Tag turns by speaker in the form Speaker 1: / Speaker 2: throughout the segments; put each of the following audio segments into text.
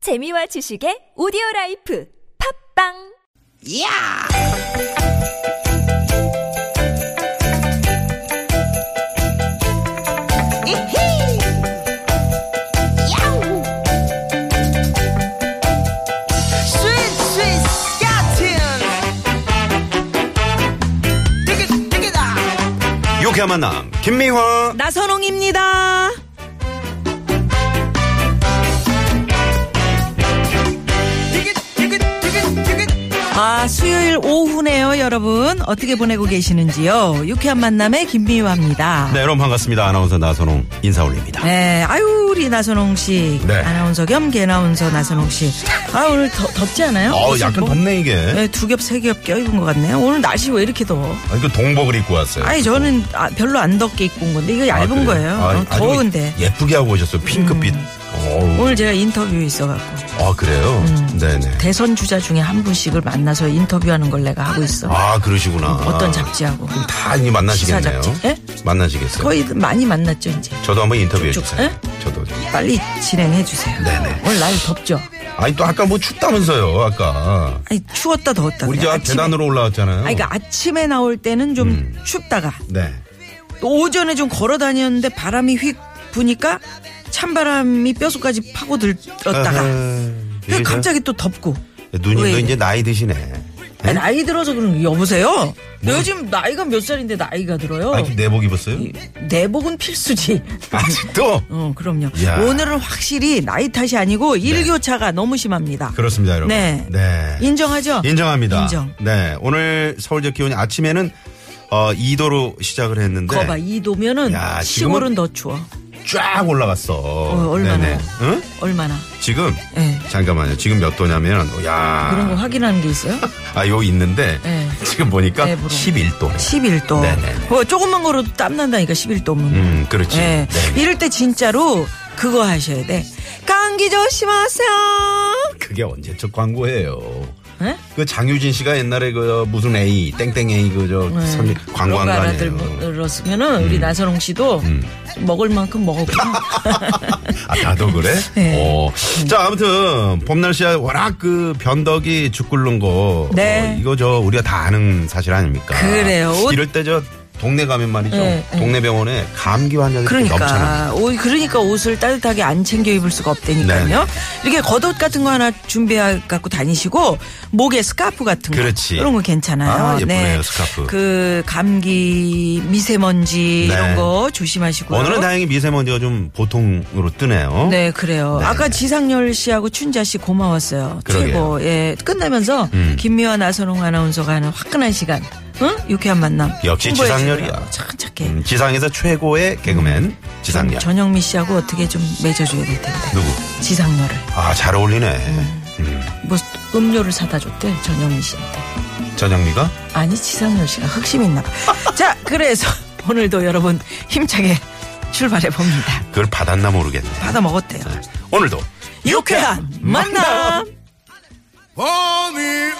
Speaker 1: 재미와 지식의 오디오 라이프 팝빵
Speaker 2: 이야! 이히! 야우! 스윗, 스윗, 야틴! 띠기, 띠기다!
Speaker 3: 유쾌한 만남 김미화
Speaker 4: 나선홍입니다.
Speaker 2: 띠기, 띠기, 띠기, 띠기!
Speaker 4: 아, 수요일 오후네요, 여러분. 어떻게 보내고 계시는지요? 유쾌한 만남의 김미화입니다.
Speaker 3: 네 여러분 반갑습니다 아나운서 나선홍 인사 올립니다
Speaker 4: 네, 아유, 우리 나선홍 씨.
Speaker 3: 네.
Speaker 4: 아나운서 겸 개나운서 나선홍 씨. 아, 오늘 더, 덥지 않아요?
Speaker 3: 어
Speaker 4: 옷을
Speaker 3: 약간
Speaker 4: 뭐-
Speaker 3: 덥네 이게
Speaker 4: 네, 두 겹, 세 겹 껴입은 것 같네요. 오늘 날씨 왜 이렇게 더워?
Speaker 3: 아, 이거 동복을 입고 왔어요
Speaker 4: 아니, 저는 아, 별로 안 덥게 입고 온 건데, 이거
Speaker 3: 아,
Speaker 4: 얇은
Speaker 3: 그래요?
Speaker 4: 거예요.
Speaker 3: 아,
Speaker 4: 어,
Speaker 3: 아주
Speaker 4: 더운데. 음.
Speaker 3: 예쁘게 하고 오셨어요 핑크빛 어우.
Speaker 4: 오늘 제가 인터뷰 있어갖고.
Speaker 3: 아 그래요 네네
Speaker 4: 대선 주자 중에 한 분씩을 만나서 인터뷰하는 걸 내가 하고 있어.
Speaker 3: 아 그러시구나
Speaker 4: 음, 어떤 잡지하고.
Speaker 3: 다 이제 만나시겠네요
Speaker 4: 시사 잡지? 예?
Speaker 3: 만나시겠어요
Speaker 4: 거의 많이 만났죠, 이제.
Speaker 3: 저도 한번 인터뷰해
Speaker 4: 쭉쭉,
Speaker 3: 주세요
Speaker 4: 예?
Speaker 3: 저도
Speaker 4: 빨리 진행해 주세요.
Speaker 3: 네네.
Speaker 4: 오늘 날 덥죠?
Speaker 3: 아니 또 아까 뭐 춥다면서요 아까
Speaker 4: 아니 추웠다 더웠다.
Speaker 3: 우리 저
Speaker 4: 아침에-
Speaker 3: 계단으로 음. 올라왔잖아요
Speaker 4: 아니 그러니까 아침에 나올 때는 좀 춥다가
Speaker 3: 네
Speaker 4: 또 오전에 좀 걸어 다녔는데 바람이 휙 부니까 찬바람이 뼈속까지 파고들었다가
Speaker 3: 아하,
Speaker 4: 그
Speaker 3: 이게 저-
Speaker 4: 갑자기 또 덥고 왜
Speaker 3: 누님도
Speaker 4: 이래?
Speaker 3: 이제 나이 드시네 네.
Speaker 4: 아니, 나이 들어서 그런 거 여보세요? 나 요즘 나이가 몇 살인데 나이가 들어요?
Speaker 3: 아 이렇게 내복 입었어요?
Speaker 4: 이- 내복은 필수지.
Speaker 3: 아직도
Speaker 4: 어 그럼요.
Speaker 3: 야. 네.
Speaker 4: 오늘은 확실히 나이 탓이 아니고 일교차가 너무 심합니다.
Speaker 3: 그렇습니다, 여러분.
Speaker 4: 네.
Speaker 3: 네.
Speaker 4: 인정하죠?
Speaker 3: 인정합니다.
Speaker 4: 인정.
Speaker 3: 네. 오늘 서울대 기온이 아침에는 어, 2도로 시작을 했는데
Speaker 4: 거봐 이 도면은
Speaker 3: 네. 야, 지금은-
Speaker 4: 시골은 더 추워.
Speaker 3: 쫙 올라갔어.
Speaker 4: 어, 얼마나?
Speaker 3: 네네. 응?
Speaker 4: 얼마나?
Speaker 3: 지금
Speaker 4: 네.
Speaker 3: 잠깐만요. 지금 몇 도냐면 야.
Speaker 4: 그런 거 확인하는 게 있어요?
Speaker 3: 아, 요 있는데
Speaker 4: 네.
Speaker 3: 지금 보니까
Speaker 4: 네, 물어.
Speaker 3: 11도.
Speaker 4: 11도.
Speaker 3: 네네네.
Speaker 4: 뭐 조금만 걸어도 땀 난다니까 11도면.
Speaker 3: 음, 그렇지.
Speaker 4: 예.
Speaker 3: 네.
Speaker 4: 이럴 때 진짜로 그거 하셔야 돼. 감기 조심하세요.
Speaker 3: 그게 언제 적 광고예요.
Speaker 4: 예?
Speaker 3: 그 장유진 씨가 옛날에 그 무슨 A 땡땡 A 그저
Speaker 4: 예.
Speaker 3: 광고한 거
Speaker 4: 그런
Speaker 3: 아니에요.
Speaker 4: 어,
Speaker 3: 음.
Speaker 4: 알아들었으면은 우리 나선홍 씨도 먹을 만큼 먹었구나.
Speaker 3: 아, 나도 그래?
Speaker 4: 네.
Speaker 3: 어. 자, 아무튼, 봄 날씨가 워낙 그 변덕이 죽 굴른 거.
Speaker 4: 네.
Speaker 3: 어, 이거 저, 우리가 다 아는 사실 아닙니까?
Speaker 4: 그래요. 옷-
Speaker 3: 이럴 때 저, 동네 가면 말이죠.
Speaker 4: 네, 네.
Speaker 3: 동네 병원에 감기 환자들이 넘쳐납니다.
Speaker 4: 그러니까 옷 그러니까 옷을 따뜻하게 안 챙겨 입을 수가 없다니까요.
Speaker 3: 네네.
Speaker 4: 이렇게 겉옷 같은 거 하나 준비해 갖고 다니시고 목에 스카프 같은 거
Speaker 3: 그렇지.
Speaker 4: 이런 거 괜찮아요.
Speaker 3: 아, 예쁘네요, 스카프.
Speaker 4: 그 감기 미세먼지
Speaker 3: 네.
Speaker 4: 이런 거 조심하시고요.
Speaker 3: 오늘은 다행히 미세먼지가 좀 보통으로 뜨네요.
Speaker 4: 네, 그래요.
Speaker 3: 네.
Speaker 4: 아까 지상열 씨하고 춘자 씨 고마웠어요.
Speaker 3: 그러게요. 음.
Speaker 4: 최고. 예. 끝나면서 김미화 나선홍 아나운서가 하는 화끈한 시간. 응? 유쾌한 만남.
Speaker 3: 역시
Speaker 4: 홍보해 주세요.
Speaker 3: 지상렬이야.
Speaker 4: 착착해.
Speaker 3: 음, 지상에서 최고의 개그맨, 지상렬.
Speaker 4: 전영미 씨하고 어떻게 좀 맺어줘야 될 텐데.
Speaker 3: 누구?
Speaker 4: 지상렬을.
Speaker 3: 아, 잘 어울리네. 음.
Speaker 4: 뭐 음료를 사다 줬대 전영미 씨한테.
Speaker 3: 전영미가?
Speaker 4: 아니 지상렬 씨가 흑심 있나 봐. 자 그래서 오늘도 여러분 힘차게 출발해 봅니다.
Speaker 3: 그걸 받았나 모르겠네.
Speaker 4: 받아 먹었대요.
Speaker 3: 오늘도.
Speaker 4: 유쾌한 만남.
Speaker 5: 봄이 온다면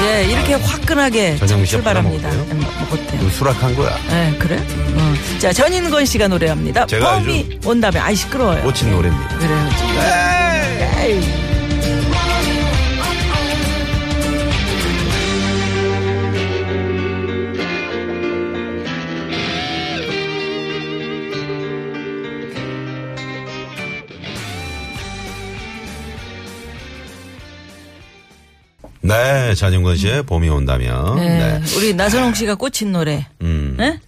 Speaker 4: 예 이렇게 화끈하게
Speaker 3: 전영미 씨가
Speaker 4: 출발합니다.
Speaker 3: 받아 먹었대요?
Speaker 4: 음, 먹었대요.
Speaker 3: 이거 수락한 거야.
Speaker 4: 예 그래? 어. 자 전인권 씨가 노래합니다.
Speaker 3: 제가
Speaker 4: 봄이 온다면 아이 시끄러워요.
Speaker 3: 꽂힌 노래입니다.
Speaker 4: 그래요.
Speaker 3: 네, 자전거 씨의 봄이 온다면.
Speaker 4: 예,
Speaker 3: 네.
Speaker 4: 우리 나선홍 씨가 꽂힌 노래.
Speaker 3: 음.
Speaker 4: 예?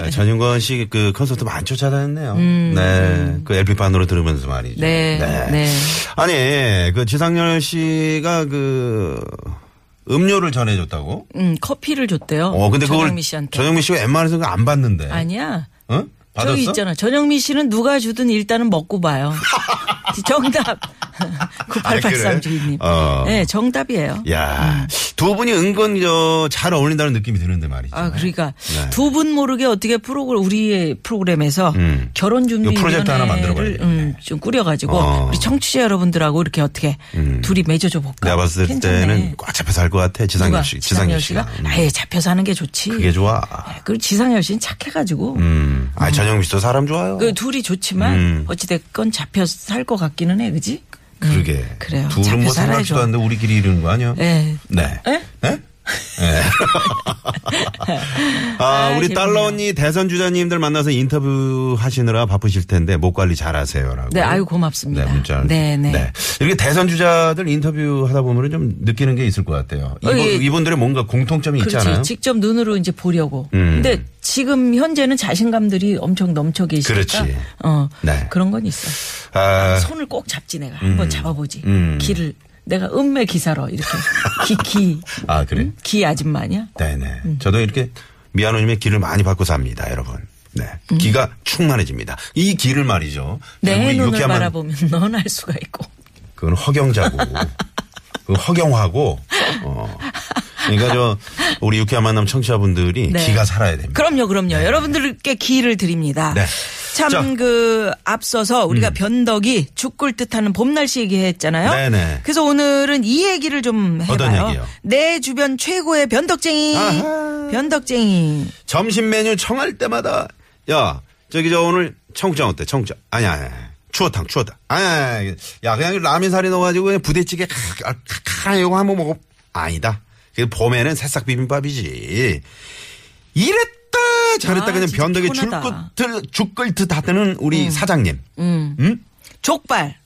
Speaker 3: 네, 전윤건 씨 그 콘서트 많이 쫓아다녔네요. 네. 그 LP판으로 들으면서 말이죠.
Speaker 4: 음. 네, 네.
Speaker 3: 아니, 그 지상렬 씨가 그 음료를 전해줬다고?
Speaker 4: 음 커피를 줬대요.
Speaker 3: 어, 근데 그걸
Speaker 4: 전영미 씨한테.
Speaker 3: 전영미 씨가 웬만해서 그거 안 봤는데.
Speaker 4: 아니야.
Speaker 3: 어? 받았어?
Speaker 4: 저기 있잖아. 전영미 씨는 누가 주든 일단은 먹고 봐요. 정답. 9883
Speaker 3: 아, 그래?
Speaker 4: 주인님.
Speaker 3: 어. 예.
Speaker 4: 네, 정답이에요.
Speaker 3: 야, 두 분이 은근 저잘 어울린다는 느낌이 드는데 말이죠.
Speaker 4: 아, 그러니까
Speaker 3: 네.
Speaker 4: 두 분 모르게 어떻게 프로그램 우리의 프로그램에서
Speaker 3: 음.
Speaker 4: 결혼 준비
Speaker 3: 이거 프로젝트 하나 만들어봐야 되겠네.
Speaker 4: 음, 좀 꾸려가지고
Speaker 3: 어. 음.
Speaker 4: 우리 청취자 여러분들하고 이렇게 어떻게 둘이 맺어줘 볼까?
Speaker 3: 내가 봤을
Speaker 4: 괜찮네.
Speaker 3: 때는 꽉 잡혀서 할 것 같아. 지상렬
Speaker 4: 누가
Speaker 3: 씨. 지상렬
Speaker 4: 지상열 씨가
Speaker 3: 씨가. 음.
Speaker 4: 아예 잡혀서 하는 게 좋지.
Speaker 3: 그게 좋아.
Speaker 4: 그리고 지상열 씨는 착해가지고
Speaker 3: 음. 아, 전영미 씨도 사람 좋아요.
Speaker 4: 그 둘이 좋지만
Speaker 3: 음.
Speaker 4: 어찌됐건 잡혀서 살 것 같기는 해, 그지? 네.
Speaker 3: 그러게.
Speaker 4: 음, 그래요.
Speaker 3: 둘은 뭐
Speaker 4: 잡혀 살아야죠.
Speaker 3: 생각지도 않는데 우리끼리 이러는 거 아니야?
Speaker 4: 예.
Speaker 3: 네.
Speaker 4: 에?
Speaker 3: 네? 네. 아,
Speaker 4: 아,
Speaker 3: 우리
Speaker 4: 재밌네요.
Speaker 3: 달러 언니 대선 주자님들 만나서 인터뷰 하시느라 바쁘실 텐데 목 관리 잘하세요라고.
Speaker 4: 네, 아유 고맙습니다.
Speaker 3: 네, 문자.
Speaker 4: 네, 네.
Speaker 3: 이렇게 대선 주자들 인터뷰 하다 보면 좀 느끼는 게 있을 것 같아요.
Speaker 4: 어, 예.
Speaker 3: 이분, 들의 뭔가 공통점이 있지
Speaker 4: 그렇지.
Speaker 3: 않아요?
Speaker 4: 직접 눈으로 이제 보려고.
Speaker 3: 음.
Speaker 4: 근데 지금 현재는 자신감들이 엄청 넘쳐 계시니까.
Speaker 3: 그렇지.
Speaker 4: 어.
Speaker 3: 네.
Speaker 4: 그런 건 있어.
Speaker 3: 아,
Speaker 4: 손을 꼭 잡지 내가. 한번 잡아보지.
Speaker 3: 음.
Speaker 4: 기를. 내가 음매 기사로 이렇게. 기, 기.
Speaker 3: 아, 그래?
Speaker 4: 응? 기 아줌마 아니야?
Speaker 3: 네네.
Speaker 4: 음.
Speaker 3: 저도 이렇게 미아노님의 길을 많이 바꿔 삽니다, 여러분. 네. 기가 충만해집니다. 이 길을 뭐 말이죠.
Speaker 4: 음. 내
Speaker 3: 결국에
Speaker 4: 눈을
Speaker 3: 이렇게 하면
Speaker 4: 바라보면 넌 알 수가 있고.
Speaker 3: 그건 허경자고. 그 허경화고. 어. 그러니까 저 우리 유쾌한 만남 청취자분들이
Speaker 4: 네.
Speaker 3: 기가 살아야 됩니다.
Speaker 4: 그럼요, 그럼요. 여러분들께 기를 드립니다.
Speaker 3: 네. 자. 음.
Speaker 4: 참 그 앞서서 우리가 변덕이 죽을 듯하는 봄 날씨 얘기했잖아요.
Speaker 3: 네네.
Speaker 4: 그래서 오늘은 이 얘기를 좀 해봐요.
Speaker 3: 어떤 얘기요?
Speaker 4: 내 주변 최고의 변덕쟁이. 변덕쟁이.
Speaker 3: 점심 메뉴 청할 때마다 야 저기 저 오늘 청국장 어때? 청국장 아니야 아니야 아니야. 추어탕 추어탕 아니야 아니야. 야 그냥 라면 사리 넣어가지고 그냥 부대찌개 카카 이거 한번 먹어 아니다 그 봄에는 새싹 비빔밥이지 이랬다 저랬다
Speaker 4: 아,
Speaker 3: 그냥
Speaker 4: 진짜
Speaker 3: 변덕에
Speaker 4: 피곤하다. 음.
Speaker 3: 줄끝을 죽을 듯 하드는 우리 사장님
Speaker 4: 족발.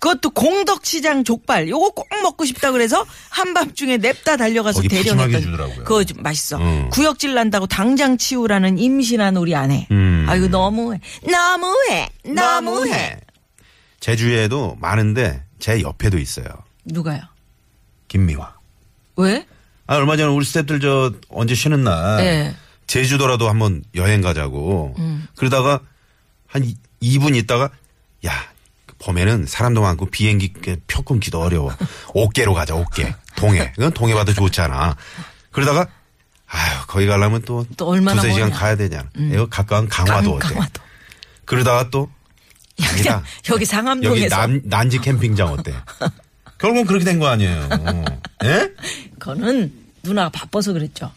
Speaker 4: 그것도 공덕시장 족발. 요거 꼭 먹고 싶다 그래서 한밤중에 냅다 달려가서
Speaker 3: 거기 푸짐하게
Speaker 4: 대령했던.
Speaker 3: 주더라고요.
Speaker 4: 그거 좀 맛있어.
Speaker 3: 음.
Speaker 4: 구역질 난다고 당장 치우라는 임신한 우리 아내.
Speaker 3: 음.
Speaker 4: 아이고 너무해. 너무해. 너무해.
Speaker 3: 아, 뭐 제주에도 많은데 제 옆에도 있어요
Speaker 4: 누가요?
Speaker 3: 김미화
Speaker 4: 왜?
Speaker 3: 아, 얼마 전에 우리 스탭들 저 언제 쉬는 날
Speaker 4: 예.
Speaker 3: 제주도라도 한번 여행 가자고
Speaker 4: 음.
Speaker 3: 그러다가 한 2분 있다가 야 봄에는 사람도 많고 비행기 그 표 끊기도 어려워 옥계로 가자 옥계 동해 이건 동해 봐도 좋잖아 그러다가 아유 거기 가려면 또,
Speaker 4: 또 얼마나
Speaker 3: 두세 시간
Speaker 4: 멀냐. 음.
Speaker 3: 가야 되잖아 이거 가까운 강화도 어때
Speaker 4: 강화도.
Speaker 3: 그러다가 또
Speaker 4: 야,
Speaker 3: 아니다.
Speaker 4: 그냥 음, 여기
Speaker 3: 여기
Speaker 4: 상암동에서
Speaker 3: 남, 난지 캠핑장 어때 결국은 그렇게 된 거 아니에요 예?
Speaker 4: 그거는 누나가 바빠서 그랬죠.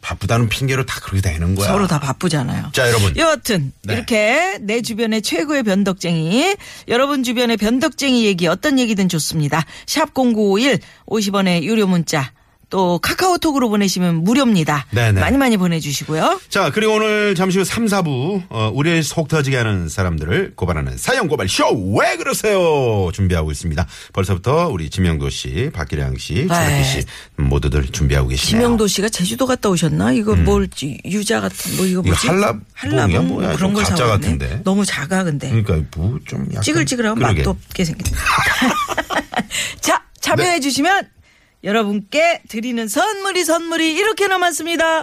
Speaker 3: 바쁘다는 핑계로 다 그렇게 되는 거야
Speaker 4: 서로 다 바쁘잖아요.
Speaker 3: 자, 여러분.
Speaker 4: 여하튼
Speaker 3: 네.
Speaker 4: 이렇게 내 주변의 최고의 변덕쟁이, 여러분 주변의 변덕쟁이 얘기 어떤 얘기든 좋습니다. 샵 #0951 50원의 유료 문자 또 카카오톡으로 보내시면 무료입니다.
Speaker 3: 네네. 네.
Speaker 4: 많이 많이 보내주시고요.
Speaker 3: 자, 그리고 오늘 잠시 후 3, 4부, 어, 우리를 속 터지게 하는 사람들을 고발하는 사연고발 쇼! 왜 그러세요? 준비하고 있습니다. 벌써부터 우리 지명도 씨, 박기량 씨, 주라기
Speaker 4: 아이.
Speaker 3: 씨, 모두들 준비하고 계시네요.
Speaker 4: 네. 지명도 씨가 제주도 갔다 오셨나? 이거 뭘 지- 유자 같은 뭐 이거
Speaker 3: 음. 이거
Speaker 4: 뭐지?
Speaker 3: 한라봉이야? 뭐야?
Speaker 4: 뭐
Speaker 3: 좀
Speaker 4: 그런 걸
Speaker 3: 가짜
Speaker 4: 사왔네.
Speaker 3: 같은데.
Speaker 4: 너무 작아 근데.
Speaker 3: 그러니까, 뭐, 좀 약간.
Speaker 4: 찌글찌글하고
Speaker 3: 그러게.
Speaker 4: 맛도 없게 생겼다. 자, 참여해
Speaker 3: 네.
Speaker 4: 주시면 여러분께 드리는 선물이 선물이 이렇게나 많습니다.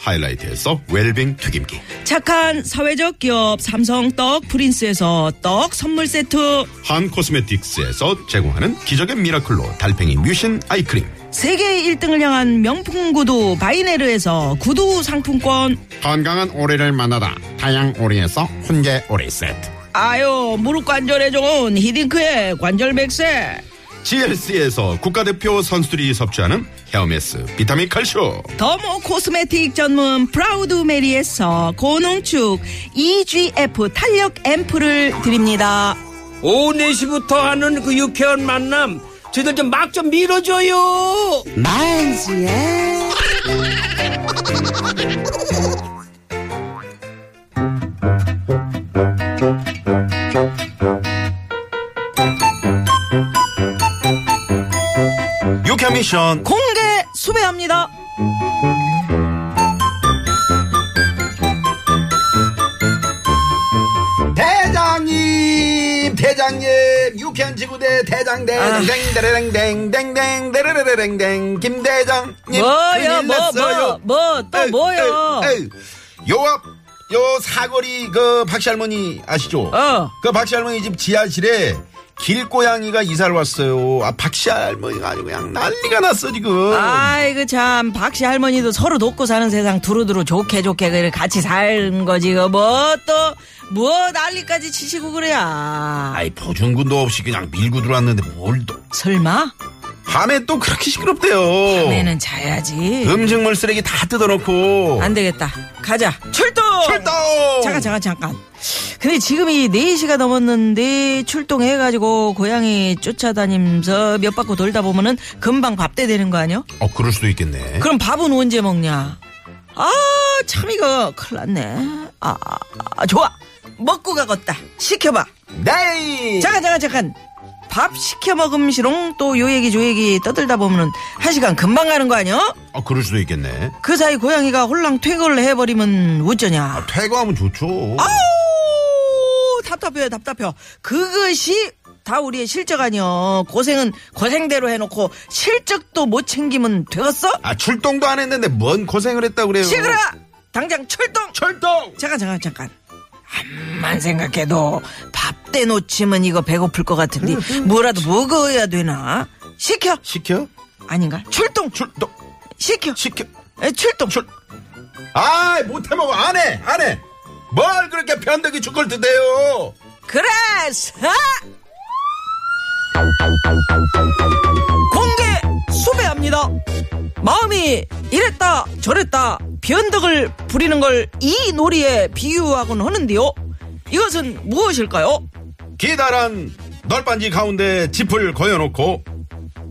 Speaker 3: 하이라이트에서 웰빙 튀김기
Speaker 4: 착한 사회적 기업 삼성 떡 프린스에서 떡 선물 세트.
Speaker 3: 한 코스메틱스에서 제공하는 기적의 미라클로 달팽이 뮤신 아이크림
Speaker 4: 세계 1등을 향한 명품 구두 바이네르에서 구두 상품권
Speaker 6: 건강한 오리를 만나다 다양 오리에서 훈계 오리 세트
Speaker 4: 아유 무릎 관절에 좋은 히딩크의 관절 백세
Speaker 3: GLC에서 국가대표 선수들이 섭취하는 헤어메스 비타민 칼쇼
Speaker 4: 더모 코스메틱 전문 프라우드 메리에서 고농축 EGF 탄력 앰플을 드립니다
Speaker 7: 오후 4시부터 하는 그 유쾌한 만남 저희들 좀 막 좀 밀어줘요
Speaker 3: 유쾌한 미션.
Speaker 4: 공개 수배합니다.
Speaker 3: 대장님, 대장님, 유쾌한 지구대 대장
Speaker 4: 아.
Speaker 3: 대장 댕댕댕댕댕댕 데르르르댕댕 김대장.
Speaker 4: 뭐요, 뭐, 뭐, 뭐, 또 뭐요?
Speaker 3: 요 앞, 요 사거리 그 박씨 할머니 아시죠?
Speaker 4: 어.
Speaker 3: 그 박씨 할머니 집 지하실에 길고양이가 이사를 왔어요. 아 박씨 할머니가 아주 그냥 난리가 났어 지금.
Speaker 4: 아이고 그 참 박씨 할머니도 서로 돕고 사는 세상 두루두루 좋게 좋게 그래 같이 산 거지 뭐또뭐 난리까지 치시고 그래야
Speaker 3: 아이 보증금도 없이 그냥 밀고 들어왔는데 뭘 또?
Speaker 4: 설마
Speaker 3: 밤에 또 그렇게 시끄럽대요.
Speaker 4: 내는 자야지
Speaker 3: 음식물 쓰레기 다 뜯어놓고.
Speaker 4: 안 되겠다 가자 출동
Speaker 3: 출동!
Speaker 4: 잠깐 잠깐 잠깐 근데 지금이 4시가 넘었는데 출동해가지고 고양이 쫓아다니면서 몇 바퀴 돌다 보면은 금방 밥대 되는 거 아니야?
Speaker 3: 어, 그럴 수도 있겠네.
Speaker 4: 그럼 밥은 언제 먹냐? 아, 참 이거 큰일 났네. 아, 아, 좋아. 먹고 가겄다. 시켜봐.
Speaker 3: 네!
Speaker 4: 잠깐, 잠깐, 잠깐. 밥 시켜 먹음시롱 또 요 얘기 저 얘기 떠들다 보면은 한 시간 금방 가는 거 아니야?
Speaker 3: 어, 그럴 수도 있겠네.
Speaker 4: 그 사이 고양이가 홀랑 퇴거를 해버리면 어쩌냐?
Speaker 3: 아, 퇴거하면 좋죠.
Speaker 4: 아우 답답해요 답답해 그것이 다 우리의 실적 아니여 고생은 고생대로 해놓고 실적도 못 챙기면 되겠어?
Speaker 3: 아, 출동도 안 했는데 뭔 고생을 했다 그래요.
Speaker 4: 시그라 당장 출동
Speaker 3: 출동!
Speaker 4: 잠깐 잠깐 잠깐 암만 생각해도 밥 때 놓치면 이거 배고플 것 같은데 뭐라도 먹어야 되나 시켜
Speaker 3: 시켜?
Speaker 4: 아닌가 출동
Speaker 3: 출동!
Speaker 4: 시켜
Speaker 3: 시켜!
Speaker 4: 에, 출동
Speaker 3: 출! 아이, 못해먹어. 안 해! 안 해! 뭘 그렇게 편덕이 죽을 듯해요!
Speaker 4: 그래서 공개 수배합니다. 마음이 이랬다 저랬다 변덕을 부리는 걸 이 놀이에 비유하곤 하는데요. 이것은 무엇일까요?
Speaker 3: 기다란 널빤지 가운데 짚을 거여놓고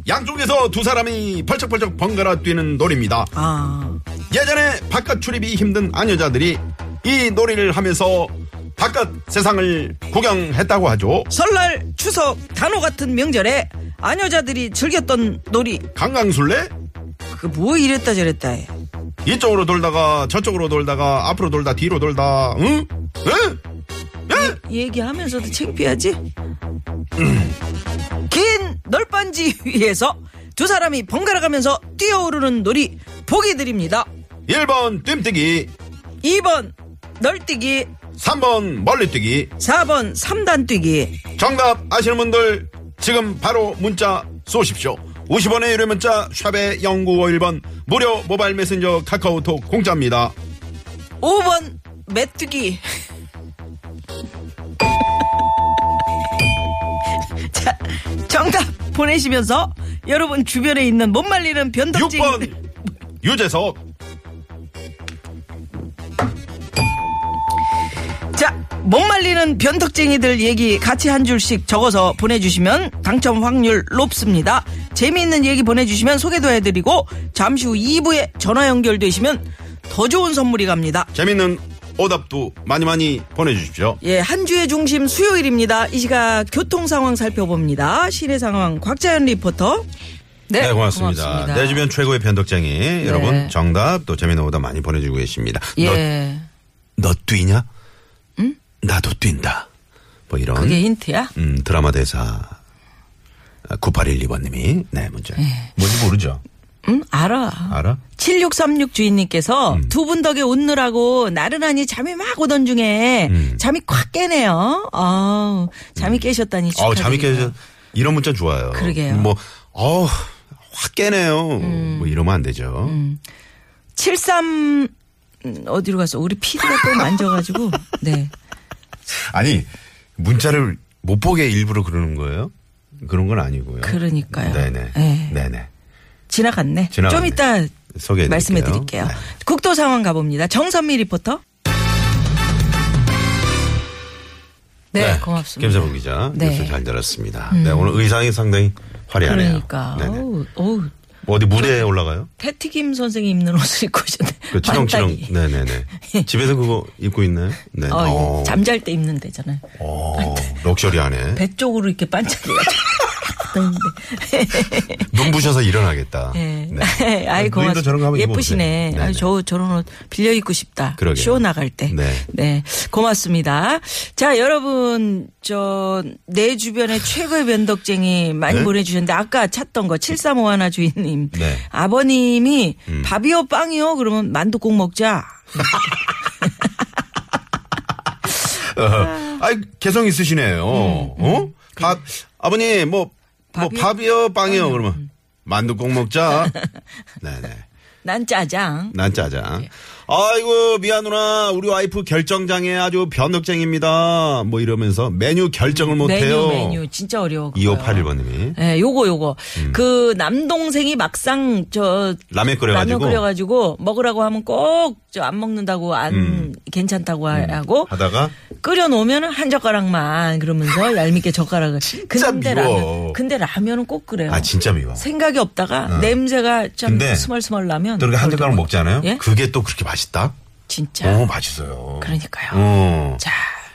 Speaker 3: 양쪽에서 두 사람이 벌쩍벌쩍 번갈아 뛰는 놀입니다.
Speaker 4: 아,
Speaker 3: 예전에 바깥 출입이 힘든 아녀자들이 이 놀이를 하면서 바깥 세상을 구경했다고 하죠.
Speaker 4: 설날, 추석, 단오 같은 명절에 아녀자들이 즐겼던 놀이
Speaker 3: 강강술래?
Speaker 4: 그 뭐 이랬다 저랬다 해.
Speaker 3: 이쪽으로 돌다가 저쪽으로 돌다가 앞으로 돌다 뒤로 돌다 응? 응? 응?
Speaker 4: 얘기하면서도 창피하지? 긴 널빤지 위에서 두 사람이 번갈아 가면서 뛰어오르는 놀이 보기 드립니다.
Speaker 3: 1번 뜸뛰기
Speaker 4: 2번 널뛰기,
Speaker 3: 3번 멀리뛰기
Speaker 4: 4번 삼단 뛰기.
Speaker 3: 정답 아시는 분들 지금 바로 문자 쏘십시오 50원의 유료 문자 샵의 0951번 무료 모바일 메신저 카카오톡 공짜입니다
Speaker 4: 5번 메뚜기. 자, 정답 보내시면서 여러분 주변에 있는 못 말리는 변덕쟁이
Speaker 3: 6번 유재석
Speaker 4: 자, 못 말리는 변덕쟁이들 얘기 같이 한 줄씩 적어서 보내주시면 당첨 확률 높습니다. 재미있는 얘기 보내주시면 소개도 해드리고 잠시 후 2부에 전화 연결되시면 더 좋은 선물이 갑니다.
Speaker 3: 재밌는 오답도 많이 많이 보내주십시오
Speaker 4: 예, 한 주의 중심 수요일입니다. 이 시각 교통 상황 살펴봅니다. 시내 상황 곽자연 리포터.
Speaker 3: 네, 고맙습니다. 네. 내 주변 최고의 변덕쟁이 여러분 정답 또 재미있는 오답 많이 보내주고 계십니다.
Speaker 4: 예,
Speaker 3: 너, 너 뛰냐? 응? 나도 뛴다. 뭐 이런
Speaker 4: 그게 힌트야?
Speaker 3: 음, 드라마 대사 9812번님이 네 문제.
Speaker 4: 예.
Speaker 3: 뭔지 모르죠?
Speaker 4: 응, 알아.
Speaker 3: 알아? 음.
Speaker 4: 7636 주인님께서 두 분 덕에 웃느라고 나른하니 잠이 막 오던 중에
Speaker 3: 음.
Speaker 4: 잠이 콱 깨네요. 아 잠이 깨셨다니 축하드립니다.
Speaker 3: 어, 잠이 깨져. 이런 문자 좋아요.
Speaker 4: 그러게요. 음.
Speaker 3: 뭐, 어, 확 깨네요. 뭐 이러면 안 되죠.
Speaker 4: 73 음, 어디로 갔어? 우리 피디가 또 만져가지고 네.
Speaker 3: 아니 문자를 못 보게 일부러 그러는 거예요? 그런 건 아니고요.
Speaker 4: 그러니까요.
Speaker 3: 네네.
Speaker 4: 네.
Speaker 3: 네네.
Speaker 4: 지나갔네.
Speaker 3: 지나갔네.
Speaker 4: 좀 이따
Speaker 3: 소개해드릴게요.
Speaker 4: 말씀해 드릴게요.
Speaker 3: 네.
Speaker 4: 국도 상황 가봅니다. 정선미 리포터. 네, 고맙습니다.
Speaker 3: 김세범 기자
Speaker 4: 네. 음.
Speaker 3: 뉴스 잘 들었습니다. 네, 오늘 의상이 상당히 화려하네요.
Speaker 4: 그러니까
Speaker 3: 네네.
Speaker 4: 어우, 어우
Speaker 3: 뭐 어디 무대에 올라가요?
Speaker 4: 패티김 선생이 입는 옷을 입고 오셨네.
Speaker 3: 그 치렁치렁.
Speaker 4: 반짝이.
Speaker 3: 네네네. 집에서 그거 입고 있나요? 네.
Speaker 4: 어, 예.
Speaker 3: 어,
Speaker 4: 잠잘 때 입는 데잖아요.
Speaker 3: 어, 럭셔리하네.
Speaker 4: 배 쪽으로 이렇게 반짝이가 갔다 있는데.
Speaker 3: 눈부셔서 일어나겠다.
Speaker 4: 네. 아이 고맙.
Speaker 3: 노인도 저런 거 한번
Speaker 4: 예쁘시네.
Speaker 3: 입어보세요.
Speaker 4: 아유
Speaker 3: 네네.
Speaker 4: 저 저런 옷 빌려 입고 싶다.
Speaker 3: 그러게요.
Speaker 4: 쇼 나갈 때.
Speaker 3: 네.
Speaker 4: 네. 고맙습니다. 자 여러분 저 내 주변에 최고의 변덕쟁이 많이
Speaker 3: 네?
Speaker 4: 보내주셨는데 아까 찾던 거 7351 주인님
Speaker 3: 네. 음.
Speaker 4: 아버님이 밥이요 빵이요 그러면 만두국 먹자.
Speaker 3: 어, 아이 개성 있으시네요. 어? 밥 아버님 뭐, 뭐
Speaker 4: 음, 밥이요? 음.
Speaker 3: 밥이요 빵이요 그러면 만두 꼭 먹자. 네네.
Speaker 4: 난 짜장.
Speaker 3: 난 짜장.
Speaker 4: 네.
Speaker 3: 아이고 미안 누나 우리 와이프 결정장애 아주 변덕쟁입니다. 뭐 이러면서 메뉴 결정을 못해요.
Speaker 4: 메뉴 메뉴 진짜 어려워. 그거요.
Speaker 3: 2581번님이
Speaker 4: 예, 요거 요거.
Speaker 3: 음.
Speaker 4: 그 남동생이 막상 저
Speaker 3: 라면 끓여가지고.
Speaker 4: 라면 끓여가지고 먹으라고 하면 꼭 저 안 먹는다고 안
Speaker 3: 음.
Speaker 4: 괜찮다고 하- 하고
Speaker 3: 하다가
Speaker 4: 끓여놓으면은 한 젓가락만 그러면서 얄밉게 젓가락을. 근데
Speaker 3: 미워.
Speaker 4: 라면 근데 라면은 꼭 그래요.
Speaker 3: 아 진짜 미워.
Speaker 4: 생각이 없다가 냄새가 참
Speaker 3: 근데
Speaker 4: 스멀스멀 나면
Speaker 3: 들어가 한 젓가락
Speaker 4: 음, 그걸
Speaker 3: 먹잖아요.
Speaker 4: 예?
Speaker 3: 그게 또 그렇게 맛있다.
Speaker 4: 진짜
Speaker 3: 어 맛있어요.
Speaker 4: 그러니까요.
Speaker 3: 어.
Speaker 4: 자.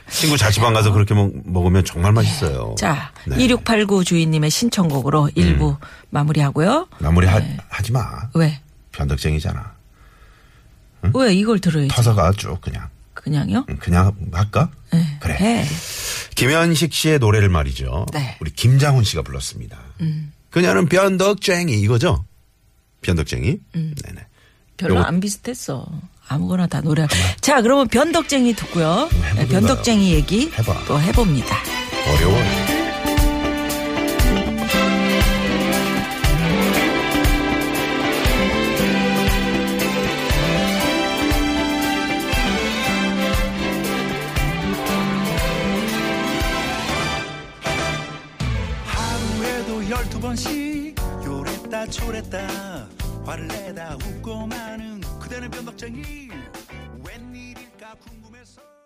Speaker 3: 친구 자취방 가서 그렇게 먹, 먹으면 정말 맛있어요.
Speaker 4: 자,
Speaker 3: 네. 음.
Speaker 4: 2689 주인님의 신청곡으로 일부 마무리하고요.
Speaker 3: 마무리 하, 하지 마.
Speaker 4: 네. 왜?
Speaker 3: 변덕쟁이잖아.
Speaker 4: 왜 이걸 들어야지?
Speaker 3: 터서가 쭉 그냥
Speaker 4: 그냥요?
Speaker 3: 응, 그냥 할까?
Speaker 4: 네.
Speaker 3: 음. 그래.
Speaker 4: 해.
Speaker 3: 김현식 씨의 노래를 말이죠.
Speaker 4: 네. 음.
Speaker 3: 우리 김장훈 씨가 불렀습니다. 그녀는 변덕쟁이 이거죠? 변덕쟁이.
Speaker 4: 음.
Speaker 3: 네네.
Speaker 4: 별로
Speaker 3: 요거-
Speaker 4: 안 비슷했어. 아무거나 다 노래. 자, 그러면 변덕쟁이 듣고요.
Speaker 3: 해보든가요.
Speaker 4: 네, 변덕쟁이 얘기
Speaker 3: 해봐.
Speaker 4: 또 해봅니다.
Speaker 3: 어려워.
Speaker 8: 하루에도 12번씩 요랬다 저랬다 화를 내다 웃고 마는 그대는 변덕쟁이